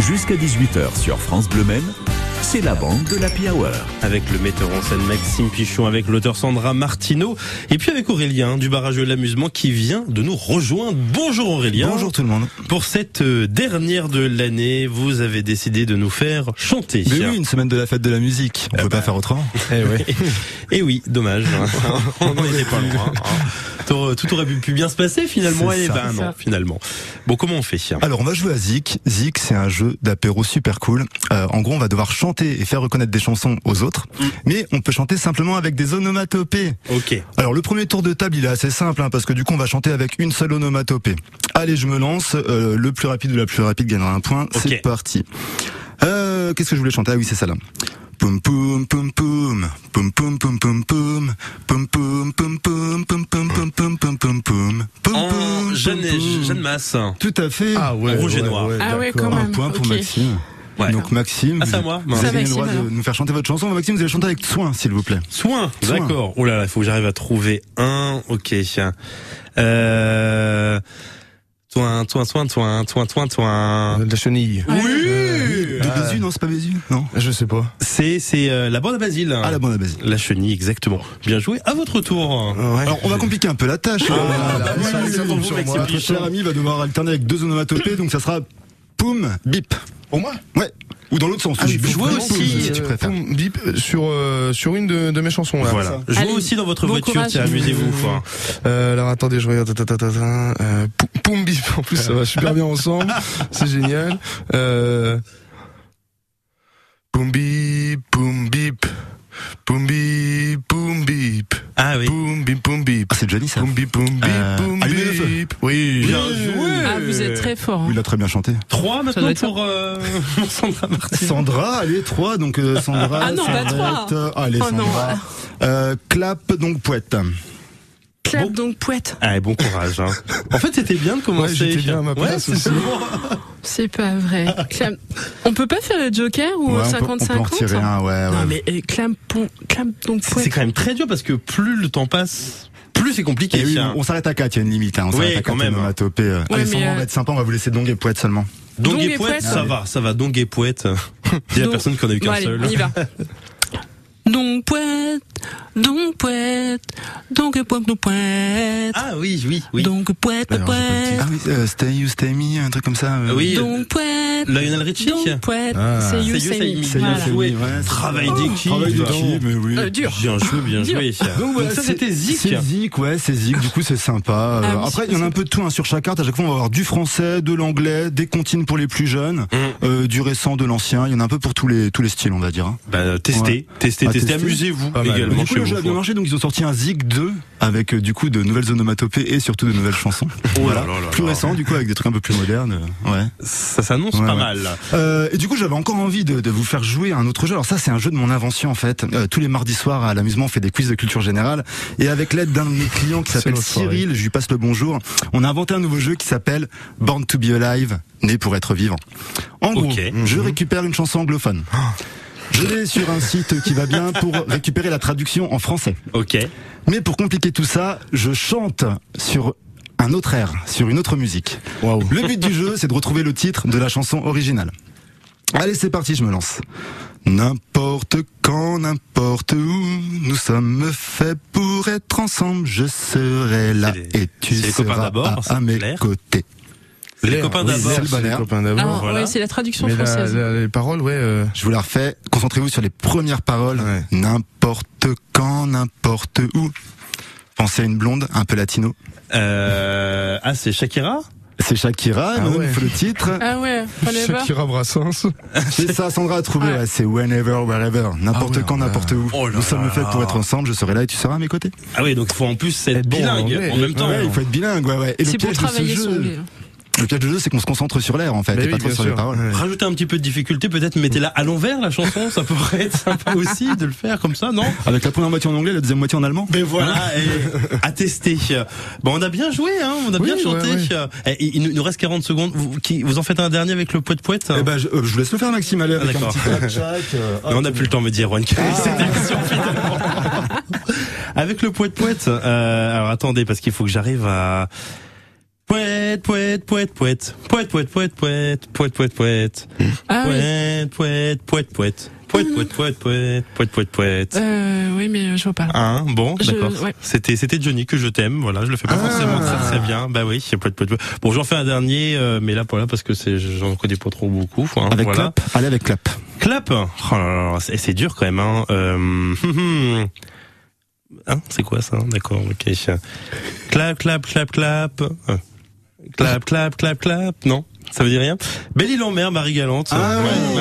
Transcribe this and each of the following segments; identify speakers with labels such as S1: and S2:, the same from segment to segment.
S1: Jusqu'à 18h sur France Bleu Maine, c'est la bande de la Hour.
S2: Avec le metteur en scène Maxime Pichon, avec l'auteur Sandra Martineau, et puis avec Aurélien du Barrage de l'Amusement qui vient de nous rejoindre. Bonjour Aurélien.
S3: Bonjour tout le monde.
S2: Pour cette euh, dernière de l'année, vous avez décidé de nous faire chanter.
S3: Mais oui, une semaine de la fête de la musique. On ne euh peut bah... pas faire autrement.
S2: Eh oui. et oui, dommage. On n'était pas loin. Tout aurait pu bien se passer finalement. Et ben non, finalement. Bon, comment on fait
S3: Alors on va jouer à Zik. Zik, c'est un jeu d'apéro super cool. Euh, en gros, on va devoir chanter et faire reconnaître des chansons aux autres, mmh. mais on peut chanter simplement avec des onomatopées.
S2: Ok.
S3: Alors le premier tour de table, il est assez simple hein, parce que du coup on va chanter avec une seule onomatopée. Allez, je me lance. Euh, le plus rapide ou la plus rapide gagnera un point. Okay. C'est parti. Euh, Qu'est-ce que je voulais chanter Ah oui, c'est ça là. Poum poum poum poum poum poum poum poum poum poum poum poum poum poum poum poum poum poum poum poum
S2: poum Jeanne Masse.
S3: Tout à fait.
S2: Ah ouais. Rouge et noir.
S4: Ah ouais, quand même.
S3: Un point pour Maxime. Ouais. Donc Maxime,
S2: ah, ça, moi.
S3: vous avez le droit de nous faire chanter votre chanson. Maxime, vous allez chanter avec soin, s'il vous plaît.
S2: Soin, soin. d'accord. Oh là là, il faut que j'arrive à trouver un. Ok. Euh... Toin, toin, toin, toin, toin, toin, toin.
S3: La chenille.
S2: Oui.
S3: Euh, de Bézu, non, c'est pas Bézu, non
S2: Je sais pas. C'est c'est euh, la bande à Basile.
S3: Ah, la bande à Basile.
S2: La chenille, exactement. Bien joué. À votre tour.
S3: Ouais. Alors, on va compliquer un peu la tâche. hein.
S2: Ah, Votre
S3: cher ami va devoir alterner avec deux onomatopées, donc ça sera poum, bip.
S5: Pour moi
S3: Ouais. Ou dans l'autre sens.
S2: Ah, je jouer aussi,
S3: si tu
S5: euh,
S3: préfères.
S5: Bip sur euh, sur une de, de mes chansons. Là.
S2: Voilà. Jouez Allez, aussi dans votre bon voiture. Tiens, amusez-vous.
S5: Euh, alors attendez, je regarde. Euh, poum bip. En plus, ça va super bien ensemble. C'est génial. Euh, poum bip, poum bip, poum bip, poum bip.
S2: Ah oui.
S5: Poum bip, poum bip.
S3: Ah, c'est Johnny ça. Euh,
S5: Poum bip, poum bip, poum bip.
S2: Oui.
S4: Bien joué. Ah, vous êtes très fort. Hein.
S3: Il a très bien chanté.
S2: Trois maintenant pour, euh, pour, Sandra Martin.
S3: Sandra, allez, trois. Donc euh, Sandra.
S4: ah non,
S3: Sandra,
S4: pas trois.
S3: Euh, allez, oh Sandra. Euh, clap donc poète.
S4: Clap bon. donc poète.
S2: Allez, bon courage. Hein. En fait, c'était bien de commencer.
S5: Ouais, bien à ma place
S2: ouais,
S4: c'est pas vrai. Clap... On peut pas faire le Joker ou
S3: ouais,
S4: 50-50
S3: on, on peut en tirer un, euh, ouais, ouais.
S4: Non, mais euh, clap, pon... clap donc poète.
S2: C'est quand même très dur parce que plus le temps passe, plus c'est compliqué.
S3: Oui, on s'arrête à 4, il y a une limite. Hein. On s'arrête oui, à 4 même. Hein. Ouais, Allez, sans euh... on va être sympa, on va vous laisser dong et poète seulement.
S2: Dong et poète, ça va, ça va, dong et poète. il y a
S4: Don...
S2: personne qui en a eu qu'un
S4: bon,
S2: seul.
S4: On y va. Dong poète, donc poète, donc poète, donc poète.
S2: Ah oui, oui, oui.
S4: Donc poète, poète.
S3: Ah oui, euh, stay you, stay me, un truc comme ça. Euh...
S2: Oui.
S4: Donc poète.
S2: Lionel Richie.
S4: Donc poète, ah. c'est you, c'est me.
S2: C'est you, c'est me. Travail d'équipe.
S3: Travail d'équipe, mais oui.
S4: Euh, dur.
S2: Bien joué, bien joué.
S3: Donc, voilà,
S2: ça c'était Zik.
S3: C'est Zik, ouais, c'est Zik. Du coup, c'est sympa. Ah, oui, après, il y en a un peu de tout hein, sur chaque carte. À chaque fois, on va avoir du français, de l'anglais, des comptines pour les plus jeunes, mm. du récent, de l'ancien. Il y en a un peu pour tous les tous les styles, on va dire. hein.
S2: Bah, testez,
S3: Ah,
S2: testez, testez, amusez-vous également.
S3: Du coup, le jeu a bien marché, donc ils ont sorti un Zig 2 avec euh, du coup de nouvelles onomatopées et surtout de nouvelles chansons.
S2: Oh
S3: voilà,
S2: là, là, là,
S3: plus récent du coup avec des trucs un peu plus modernes. euh, Ouais.
S2: Ça s'annonce ouais,
S3: pas
S2: ouais. mal.
S3: Euh, et du coup, j'avais encore envie de, de, vous faire jouer à un autre jeu. Alors ça, c'est un jeu de mon invention en fait. Euh, tous les mardis soirs à l'amusement, on fait des quiz de culture générale et avec l'aide d'un de mes clients qui s'appelle Cyril, je lui passe le bonjour. On a inventé un nouveau jeu qui s'appelle Born to be Alive, né pour être vivant. En gros, okay. je récupère une chanson anglophone. Je vais sur un site qui va bien pour récupérer la traduction en français.
S2: Ok.
S3: Mais pour compliquer tout ça, je chante sur un autre air, sur une autre musique.
S2: Wow.
S3: Le but du jeu, c'est de retrouver le titre de la chanson originale. Allez, c'est parti, je me lance. N'importe quand, n'importe où, nous sommes faits pour être ensemble. Je serai là
S2: les,
S3: et tu seras à, à mes
S2: clair.
S3: côtés.
S2: Les copains d'abord.
S3: Oui,
S5: les copains d'abord.
S4: Ah, voilà. ouais, c'est la traduction Mais française.
S5: La, la, les paroles, ouais. Euh...
S3: Je vous la refais. Concentrez-vous sur les premières paroles.
S5: Ouais.
S3: N'importe quand, n'importe où. Pensez à une blonde, un peu latino.
S2: Euh... Ah, c'est Shakira
S3: c'est Shakira,
S4: ah
S3: ouais. faut le titre.
S4: Ah ouais,
S5: Shakira Brassens.
S3: C'est ça, Sandra a trouvé, ouais. ouais, c'est Whenever, Wherever, n'importe ah quand, n'importe où.
S2: Oh
S3: Nous sommes faits pour être ensemble, je serai là et tu seras à mes côtés.
S2: Ah oui, donc il faut en plus être bon, bilingue en même temps.
S3: il faut être bilingue, ouais, ouais. Et
S4: c'est
S3: pour
S4: travailler
S3: sur les... Le piège du jeu, c'est qu'on se concentre sur l'air, en fait,
S2: bah
S3: et
S2: oui,
S3: pas trop
S2: sûr.
S3: sur les paroles. Ouais.
S2: Rajoutez un petit peu de difficulté, peut-être mettez-la à l'envers, la chanson, ça pourrait être sympa aussi de le faire comme ça, non
S3: Avec la première moitié en anglais, la deuxième moitié en allemand
S2: Mais Ben voilà, et à tester. Bon, on a bien joué, hein, on a oui, bien chanté. Ouais, ouais. Et il nous reste 40 secondes. Vous, qui, vous en faites un dernier avec le poète poète
S3: hein. eh ben, je, euh, je, vous laisse le faire, Maxime, allez, avec
S2: ah, un
S3: petit
S2: euh, non, on n'a plus le temps, me dire, Juan, ah. Avec le poète poète, euh, alors attendez, parce qu'il faut que j'arrive à... Pouette, pouette, pouette, pouette. Pouette, pouette, pouette, pouette. Pouette, pouette, pouette.
S4: Ah oui.
S2: Pouette, pouette, pouette, pouette. Pouette, pouette, pouette, pouette. Pouette, pouette, pouette.
S4: Euh, oui, mais euh, je vois pas.
S2: Hein, bon,
S4: Je-
S2: d'accord.
S4: ouais.
S2: C'était, c'était Johnny que je t'aime. Voilà, je le fais pas
S3: Ah.
S2: forcément très très bien. Bah oui, c'est pouette, pouette, pouette. Bon, j'en fais un dernier, euh, mais là, voilà, parce que c'est, j'en connais pas trop beaucoup. hein,
S3: Avec
S2: voilà.
S3: clap, allez avec clap.
S2: Clap. Oh là là là, c'est c'est dur quand même. Hein. Euh, hum, hum. Hein, c'est quoi ça D'accord, ok. Clap, clap, clap, clap. Euh, Clap, clap, clap, clap. Non, ça veut dire rien. Belly Lambert, Marie Galante.
S5: Ah oui,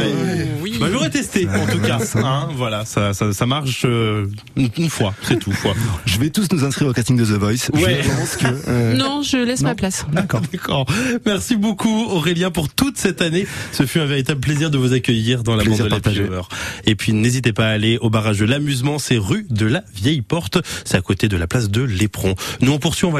S4: oui.
S2: Bah, j'aurais testé en tout cas. Hein, voilà, ça, ça, ça marche euh, une, une fois, c'est tout. Fois.
S3: Je vais tous nous inscrire au casting de The Voice. Je
S2: Ouais.
S3: pense que euh,
S4: Non, je laisse ma place.
S2: D'accord. D'accord. Merci beaucoup Aurélien pour toute cette année. Ce fut un véritable plaisir de vous accueillir dans la
S3: Plaisir
S2: bande de la
S3: partagé.
S2: Hour. Et puis n'hésitez pas à aller au barrage de l'amusement, c'est rue de la Vieille Porte, c'est à côté de la place de l'Éperon. Nous on poursuit, on va